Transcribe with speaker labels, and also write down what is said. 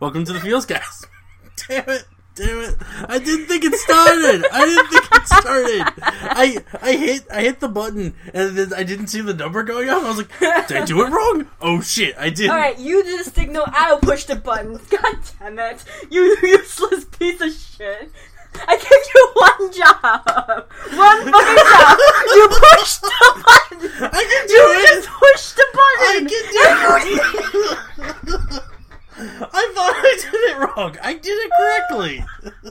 Speaker 1: Welcome to the Feels Cast. damn it, damn it! I didn't think it started. I didn't think it started. I I hit I hit the button and then I didn't see the number going up. I was like, did I do it wrong? Oh shit, I did.
Speaker 2: All
Speaker 1: not
Speaker 2: right, you did a signal. I will push the buttons. God damn it! You useless piece of shit. I gave you one job, one fucking job. You pushed the button.
Speaker 1: I can
Speaker 2: You
Speaker 1: do
Speaker 2: just
Speaker 1: it.
Speaker 2: pushed
Speaker 1: I
Speaker 2: the button.
Speaker 1: can do it. I thought I did it wrong. I did it correctly.